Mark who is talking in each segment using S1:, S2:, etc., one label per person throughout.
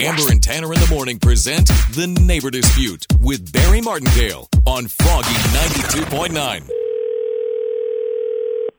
S1: Amber and Tanner in the morning present The Neighbor Dispute with Barry Martindale on Froggy 92.9.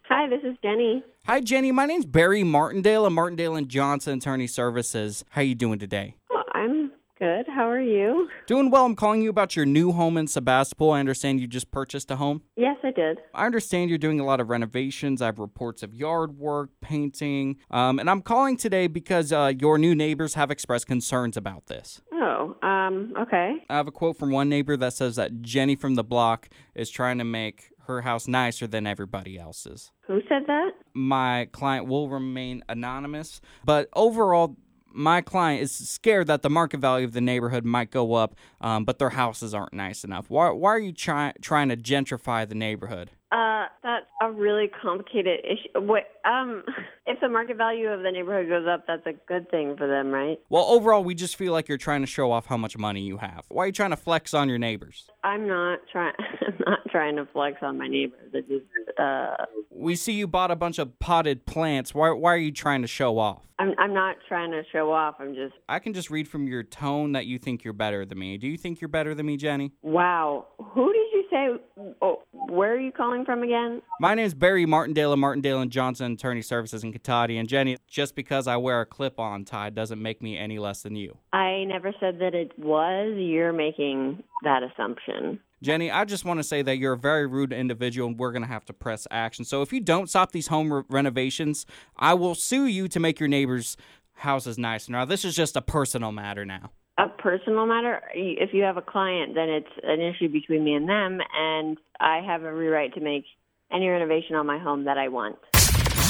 S2: Hi, this is Jenny.
S3: Hi, Jenny. My name's Barry Martindale of Martindale and Johnson Attorney Services. How you doing today?
S2: Well, Oh, I'm good. How are you?
S3: Doing well. I'm calling you about your new home in Sebastopol. I understand you just purchased a home.
S2: Yes, I did.
S3: I understand you're doing a lot of renovations. I have reports of yard work, painting, um, and I'm calling today because uh, your new neighbors have expressed concerns about this.
S2: Oh, um, okay.
S3: I have a quote from one neighbor that says that Jenny from the block is trying to make her house nicer than everybody else's.
S2: Who said that?
S3: my client will remain anonymous. But overall, my client is scared that the market value of the neighborhood might go up, um, but their houses aren't nice enough. Why, why are you try, trying to gentrify the neighborhood?
S2: Uh, that's a really complicated issue. What, um, if the market value of the neighborhood goes up, that's a good thing for them, right?
S3: Well, overall, we just feel like you're trying to show off how much money you have. Why are you trying to flex on your neighbors?
S2: I'm not trying. I'm not trying to flex on my neighbors. It just, uh,
S3: We see you bought a bunch of potted plants. Why, why are you trying to show off?
S2: I'm I'm not trying to show off. I'm just
S3: I can just read from your tone that you think you're better than me. Do you think you're better than me, Jenny?
S2: wow. Who did you say? Oh, where are you calling from again?
S3: My name is Barry Martindale of Martindale and Johnson Attorney Services in Katati. And Jenny, just because I wear a clip-on tie doesn't make me any less than you.
S2: I never said that it was. You're making that assumption.
S3: Jenny, I just want to say that you're a very rude individual, and we're going to have to press action. So if you don't stop these home re- renovations, I will sue you to make your neighbors' houses nicer. Now, this is just a personal matter. Now,
S2: a personal matter. If you have a client, then it's an issue between me and them, and I have every right to make any renovation on my home that I want.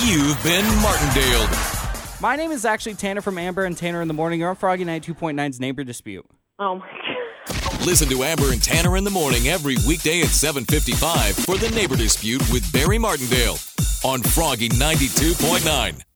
S1: You've been Martindale.
S3: my name is actually Tanner from Amber and Tanner in the Morning. You're on Froggy Night 2.9's Neighbor Dispute.
S2: Oh my god.
S1: Listen to Amber and Tanner in the morning every weekday at 7:55 for The Neighbor Dispute with Barry Martindale on Froggy 92.9.